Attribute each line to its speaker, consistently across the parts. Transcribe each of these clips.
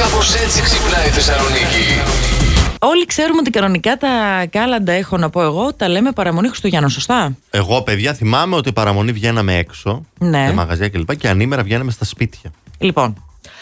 Speaker 1: Κάπως έτσι ξυπνάει η Θεσσαλονίκη.
Speaker 2: Όλοι ξέρουμε ότι κανονικά τα κάλαντα έχω να πω εγώ, τα λέμε παραμονή Χριστουγέννων, σωστά.
Speaker 3: Εγώ, παιδιά, θυμάμαι ότι παραμονή βγαίναμε έξω,
Speaker 2: Ναι.
Speaker 3: σε μαγαζιά κλπ. Και ανήμερα βγαίναμε στα σπίτια.
Speaker 2: Λοιπόν,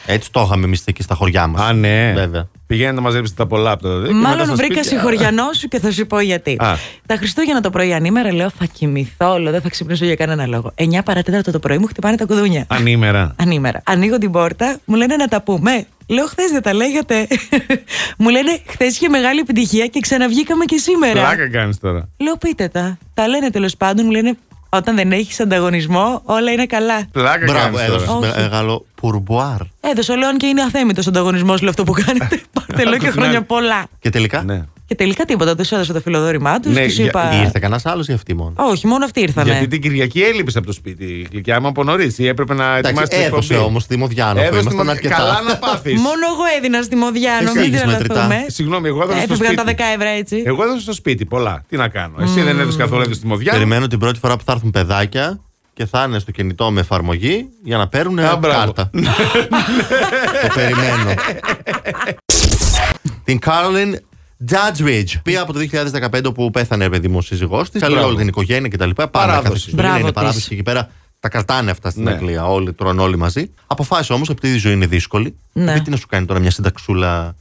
Speaker 3: Έτσι το είχαμε εμείς εκεί στα χωριά μας.
Speaker 4: Α, ναι.
Speaker 3: Βέβαια.
Speaker 4: Πηγαίνετε να μαζέψετε τα πολλά από το δεδί.
Speaker 2: Μάλλον βρήκα συγχωριανό σου και θα σου πω γιατί.
Speaker 4: Α.
Speaker 2: Τα Χριστούγεννα το πρωί ανήμερα λέω θα κοιμηθώ, λέω δεν θα ξυπνήσω για κανένα λόγο. 9 παρατέταρτο το πρωί μου χτυπάνε τα κουδούνια.
Speaker 4: Ανήμερα.
Speaker 2: Ανήμερα. Ανοίγω την πόρτα, μου λένε να τα πούμε. Λέω χθες δεν τα λέγατε. μου λένε χθες είχε μεγάλη επιτυχία και ξαναβγήκαμε και σήμερα.
Speaker 4: Πλάκα κάνεις τώρα.
Speaker 2: Λέω πείτε τα. Τα λένε τέλος πάντων, μου λένε όταν δεν έχεις ανταγωνισμό όλα είναι καλά.
Speaker 4: Πλάκα
Speaker 3: Μπράβο,
Speaker 4: κάνεις
Speaker 3: έδωσε
Speaker 4: τώρα.
Speaker 2: Όχι.
Speaker 3: μεγάλο πουρμπουάρ.
Speaker 2: Έδωσα λέω αν και είναι αθέμητος ανταγωνισμός, λέω αυτό που κάνετε. Πάρτε λέω
Speaker 4: Ε, Από
Speaker 2: και
Speaker 4: την
Speaker 2: χρόνια
Speaker 4: άλλη.
Speaker 2: πολλά.
Speaker 3: Και τελικά
Speaker 4: Ναι.
Speaker 2: Και τελικά τίποτα, του έδωσα το φιλοδόρημά τους.
Speaker 4: Ναι,
Speaker 2: τους
Speaker 4: για-
Speaker 2: είπα.
Speaker 3: ήρθε κανένας άλλος ή αυτή μόνο.
Speaker 2: Όχι, μόνο αυτοί ήρθανε.
Speaker 4: Γιατί την Κυριακή έλειπες από το σπίτι η κλικιά μου από νωρίς. Ή έπρεπε να ετοιμάσει
Speaker 3: Εντάξει,
Speaker 4: την
Speaker 3: έδωσε
Speaker 4: εκπομπή.
Speaker 3: όμως Δημοδιάνο.
Speaker 4: Έδωσε
Speaker 3: Ήμασταν
Speaker 4: τη-
Speaker 3: αρκετά.
Speaker 4: Καλά να πάθεις.
Speaker 2: Μόνο εγώ έδινα στη Μοδιάνο,
Speaker 3: Εσύ
Speaker 2: μην
Speaker 3: έχεις μετρητά.
Speaker 2: τρελαθούμε.
Speaker 4: Συγγνώμη, εγώ έδωσα στο
Speaker 2: Έφευγαν
Speaker 4: σπίτι.
Speaker 2: Ε, τα 10 ευρώ έτσι.
Speaker 4: Εγώ έδωσα στο σπίτι πολλά. Τι να κάνω. Εσύ δεν έδωσες καθόλου έδωσες τη μοδιά.
Speaker 3: Περιμένω την πρώτη φορά που θα έρθουν παιδάκια και θα είναι στο κινητό με εφαρμογή για να παίρνουν
Speaker 4: Α, μπράβο. Ναι.
Speaker 3: κάρτα. Το περιμένω. την Κάρολιν Τζάτζριτζ, Μία από το 2015 που πέθανε, ρε παιδί μου, ο σύζυγός της. Καλή
Speaker 4: Ε, Μπράβο.
Speaker 3: όλη την οικογένεια κτλ. Πάρα
Speaker 4: Παράδοση.
Speaker 3: καθιστούμενη.
Speaker 2: Μπράβο
Speaker 3: Είναι
Speaker 2: της.
Speaker 3: παράδοση και εκεί πέρα. Τα κρατάνε αυτά στην
Speaker 4: Ναι.
Speaker 3: Αγγλία. Όλοι τρώνε όλοι μαζί. Αποφάσισε όμως, επειδή η ζωή είναι δύσκολη.
Speaker 2: Ναι.
Speaker 3: Γιατί τι να σου κάνει τώρα μια συνταξούλα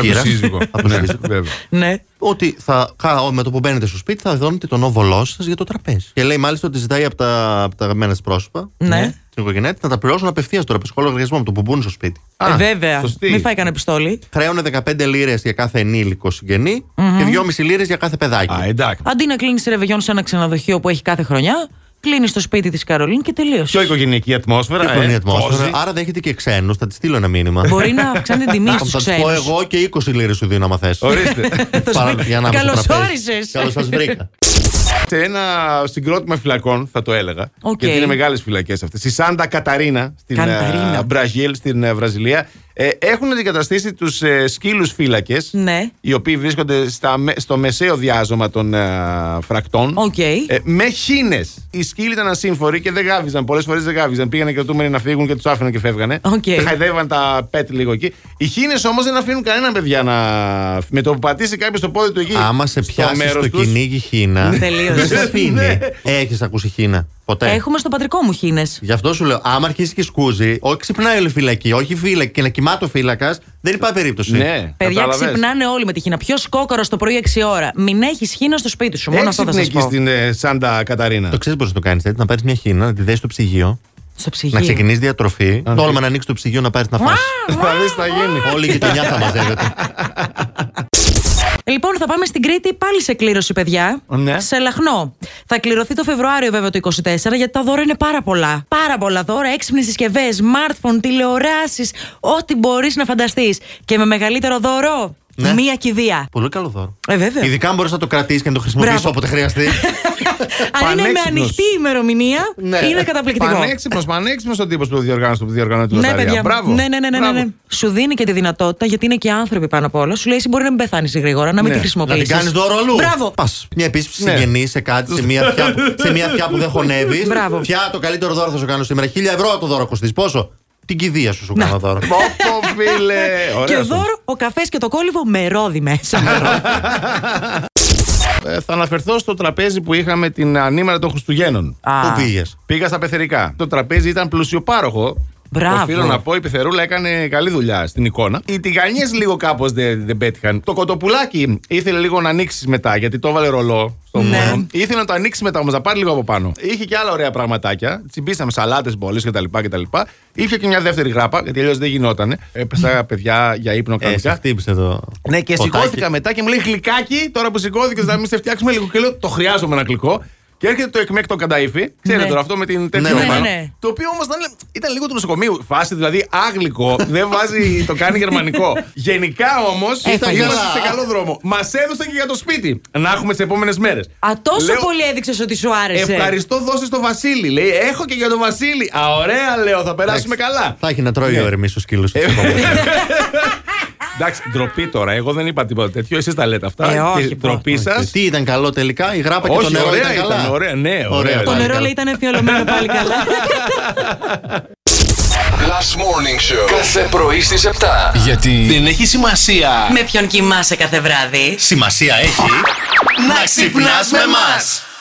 Speaker 3: χείρα.
Speaker 4: σύζυγο.
Speaker 3: από τον
Speaker 4: Ναι,
Speaker 3: σύζυγο.
Speaker 4: βέβαια.
Speaker 2: Ναι.
Speaker 3: Ότι θα, κα- με το που μπαίνετε στο σπίτι θα δώνετε τον όβολό σας για το τραπέζι. Και λέει μάλιστα ότι ζητάει από τα, από τα αγαπημένα της πρόσωπα
Speaker 2: Ναι.
Speaker 3: στην οικογένεια της να τα πληρώσουν απευθείας τώρα τραπεζικό λογαριασμό με το που μπουν στο σπίτι.
Speaker 4: Α,
Speaker 2: Ε, βέβαια.
Speaker 4: σωστή.
Speaker 2: Μην φάει κανένα πιστόλι.
Speaker 3: Χρέωνε 15 λίρες για κάθε ενήλικο συγγενή και 2,5 λίρες για κάθε παιδάκι.
Speaker 4: Α, ε, εντάξει.
Speaker 2: Αντί να κλείνεις ρεβεγιόν σε ένα ξενοδοχείο που έχει κάθε χρονιά, κλείνεις το σπίτι της Καρολίν και τελείωσες.
Speaker 4: Πιο οικογενειακή ατμόσφαιρα.
Speaker 3: Και
Speaker 4: ε,
Speaker 3: κονή ατμόσφαιρα.
Speaker 4: τόση.
Speaker 3: Άρα δέχεται και ξένους, θα τη στείλω ένα μήνυμα.
Speaker 2: Μπορεί να αυξάνει την τιμή
Speaker 3: Θα
Speaker 2: στου
Speaker 3: της πω
Speaker 2: ξένους.
Speaker 3: εγώ και 20 λίρες σου δίνω άμα θες.
Speaker 4: Ορίστε.
Speaker 2: Καλώς όρισες.
Speaker 3: Καλώς σας βρήκα.
Speaker 4: σε ένα συγκρότημα φυλακών, θα το έλεγα.
Speaker 2: Οκ.
Speaker 4: Γιατί είναι μεγάλες φυλακές αυτές. Στη Σάντα Καταρίνα, στην
Speaker 2: Καταρίνα.
Speaker 4: ε, Μπραζιλ, στην ε, Βραζιλία, ε, έχουν αντικαταστήσει τους ε, σκύλους φύλακες.
Speaker 2: Ναι.
Speaker 4: Οι οποίοι βρίσκονται στα, με- στο μεσαίο διάζωμα των ε, φρακτών.
Speaker 2: Οκ.
Speaker 4: Ε, με χίνες. Οι σκύλοι ήταν ασύμφοροι και δεν γάβιζαν. Πολλές φορές δεν γάβιζαν. Πήγανε κρατούμενοι να φύγουν και τους άφηναν και φεύγανε.
Speaker 2: Οκ.
Speaker 4: Και χαϊδεύαν τα πέτ λίγο εκεί. Οι χίνες όμως δεν αφήνουν κανέναν παιδιά να. Με το που πατήσει κάποιος το πόδι του εκεί.
Speaker 3: Άμα σε
Speaker 4: στο
Speaker 3: πιάσεις
Speaker 4: μέρος
Speaker 3: το
Speaker 4: τους,
Speaker 3: κυνήγι Χίνα.
Speaker 2: Τελείωσε.
Speaker 3: Δεν σε
Speaker 4: Ναι.
Speaker 3: αφήνει. Έχεις ακούσει Χίνα. Ποτέ.
Speaker 2: Έχουμε στο πατρικό μου χίνε.
Speaker 3: Γι' αυτό σου λέω, άμα αρχίσει και σκούζει, όχι ξυπνάει όλη η φυλακή, όχι φύλακη και να κοιμάται ο φύλακας, δεν υπάρχει περίπτωση.
Speaker 4: Ναι,
Speaker 2: Παιδιά
Speaker 4: κατάλαβες.
Speaker 2: ξυπνάνε όλοι με τη χίνα. Ποιο κόκορο το πρωί 6 ώρα. Μην έχεις χίνα στο σπίτι σου. Μόνο αυτό θα σα
Speaker 4: Έξυπνη εκεί
Speaker 2: πω.
Speaker 4: στην ε, Σάντα Καταρίνα.
Speaker 3: Το ξέρεις πώς να το κάνεις. Να πάρεις μια χίνα, να τη δέσεις στο ψυγείο,
Speaker 2: Στο
Speaker 3: να
Speaker 2: ψυγείο.
Speaker 3: ξεκινήσεις διατροφή. Τόλμα να ανοίξεις το ψυγείο να πάρεις να φάσει.
Speaker 4: Θα δεις τι θα γίνει.
Speaker 3: Όλη η γειτονιά θα μαζεύεται.
Speaker 2: Λοιπόν, θα πάμε στην Κρήτη πάλι σε κλήρωση, παιδιά.
Speaker 4: Ναι.
Speaker 2: Σε λαχνό. Θα κληρωθεί το Φεβρουάριο, βέβαια, το 24, γιατί τα δώρα είναι πάρα πολλά. Πάρα πολλά δώρα. Έξυπνες συσκευές, smartphone, τηλεοράσεις, ό,τι μπορείς να φανταστείς. Και με μεγαλύτερο δώρο,
Speaker 3: Ναι.
Speaker 2: μία κηδεία.
Speaker 3: Πολύ καλό δώρο.
Speaker 2: Ε, βέβαια.
Speaker 3: Ειδικά αν μπορείς να το κρατήσεις και να το χρησιμοποιήσεις
Speaker 2: Μπράβο.
Speaker 3: όποτε χρειαστεί.
Speaker 2: Αν είναι με
Speaker 4: πανέξυπνος.
Speaker 2: ανοιχτή ημερομηνία,
Speaker 3: Ναι.
Speaker 2: είναι καταπληκτικό.
Speaker 4: Πανέξυπνος, πανέξυπνος ο τύπος που διοργάνωσε που διοργανώνει τη
Speaker 2: Ναι,
Speaker 4: λοταρία.
Speaker 2: παιδιά.
Speaker 4: Μπράβο.
Speaker 2: Ναι, ναι, ναι, ναι, ναι, ναι.
Speaker 4: Μπράβο.
Speaker 2: Σου δίνει και τη δυνατότητα, γιατί είναι και άνθρωποι πάνω απ' όλα. Σου λέει, εσύ μπορεί να μην πεθάνεις γρήγορα, να μην
Speaker 4: Ναι.
Speaker 2: τη
Speaker 3: να την
Speaker 2: χρησιμοποιήσεις.
Speaker 3: κάνεις δώρο αλλού.
Speaker 2: Μπράβο.
Speaker 3: Πας μια επίσκεψη
Speaker 4: Ναι.
Speaker 3: συγγενή σε κάτι, σε μια αυτιά που, σε μια αυτιά που δεν χωνεύεις.
Speaker 2: Μπράβο.
Speaker 3: Ποια το καλύτερο δώρο θα σου κάνω σήμερα. Χίλια ευρώ το δώρο κοστίζει. Πόσο. Την κηδεία σου σου κάνω δώρο.
Speaker 4: Πω, πω, φίλε.
Speaker 2: Και
Speaker 4: Ωραίο αυτό.
Speaker 2: δώρο, ο καφές και το κόλυβο με ρόδι μέσα. με ρόδι.
Speaker 4: Ε, Θα αναφερθώ στο τραπέζι που είχαμε την ανήμερα των Χριστουγέννων.
Speaker 2: Α.
Speaker 3: Πού πήγες.
Speaker 4: Πήγα στα πεθερικά. Το τραπέζι ήταν πλουσιοπάροχο.
Speaker 2: Μπράβο.
Speaker 4: Οφείλω να πω, η πεθερούλα έκανε καλή δουλειά στην εικόνα. Οι τηγανιές λίγο κάπως δεν, δεν πέτυχαν. Το κοτοπουλάκι ήθελε λίγο να ανοίξεις μετά, γιατί το έβαλε ρολό στο
Speaker 2: Ναι.
Speaker 4: μωρό. Ήθελε να το ανοίξεις μετά όμως, να πάρει λίγο από πάνω. Είχε και άλλα ωραία πραγματάκια. Τσιμπήσαμε σαλάτες, μπολί κτλ. κτλ. Είχε και μια δεύτερη γράπα, γιατί αλλιώς δεν γινότανε. Έπεσα παιδιά για ύπνο
Speaker 3: Ε, σε
Speaker 4: κανονικά.
Speaker 3: χτύπησε το.
Speaker 4: Ναι, και
Speaker 3: ποτάκι.
Speaker 4: σηκώθηκα μετά και μου λέει γλυκάκι, τώρα που σηκώθηκε, να μην σε φτιάξουμε λίγο. Και λέω: Το χρειάζομαι ένα γλυκό. Και έρχεται το εκμέκτο κανταήφι. Ξέρετε
Speaker 2: Ναι.
Speaker 4: τώρα αυτό με την τέτοια
Speaker 3: Ναι,
Speaker 4: πάνω.
Speaker 2: ναι, ναι.
Speaker 4: Το οποίο όμως ήταν, ήταν λίγο του νοσοκομείου. Φάση δηλαδή άγλικο. δεν βάζει, το κάνει γερμανικό. Γενικά όμως
Speaker 2: Έφαγε.
Speaker 4: είμαστε σε καλό δρόμο. Μας έδωσε και για το σπίτι. Να έχουμε τι επόμενες μέρες.
Speaker 2: Α, τόσο πολύ έδειξες ότι σου άρεσε.
Speaker 4: Ευχαριστώ, δώσε στο Βασίλη. Λέει: Έχω και για τον Βασίλη. Α, ωραία, λέω, θα περάσουμε καλά.
Speaker 3: Θα έχει να τρώει
Speaker 4: Ναι.
Speaker 3: ο Ερμή ο σκύλο.
Speaker 4: Εντάξει, ντροπή τώρα. Εγώ δεν είπα τίποτα τέτοιο. Εσείς τα λέτε αυτά.
Speaker 2: Ε,
Speaker 4: Και
Speaker 2: όχι,
Speaker 4: ντροπή σας.
Speaker 3: Τι ήταν καλό τελικά, η γράπα και
Speaker 4: Όχι,
Speaker 3: το νερό
Speaker 4: ωραία
Speaker 3: ήταν
Speaker 4: ήταν,
Speaker 3: καλά.
Speaker 4: ωραία, ναι, ωραία
Speaker 2: Το
Speaker 4: Πάλι
Speaker 2: νερό
Speaker 3: καλά.
Speaker 2: λέει ήταν εθιολωμένο πάλι καλά.
Speaker 1: Last Morning Show. Κάθε πρωί στις 7.
Speaker 3: Γιατί δεν έχει σημασία.
Speaker 2: Με ποιον κοιμάσαι κάθε βράδυ.
Speaker 3: Σημασία έχει. Να ξυπνάς με μας.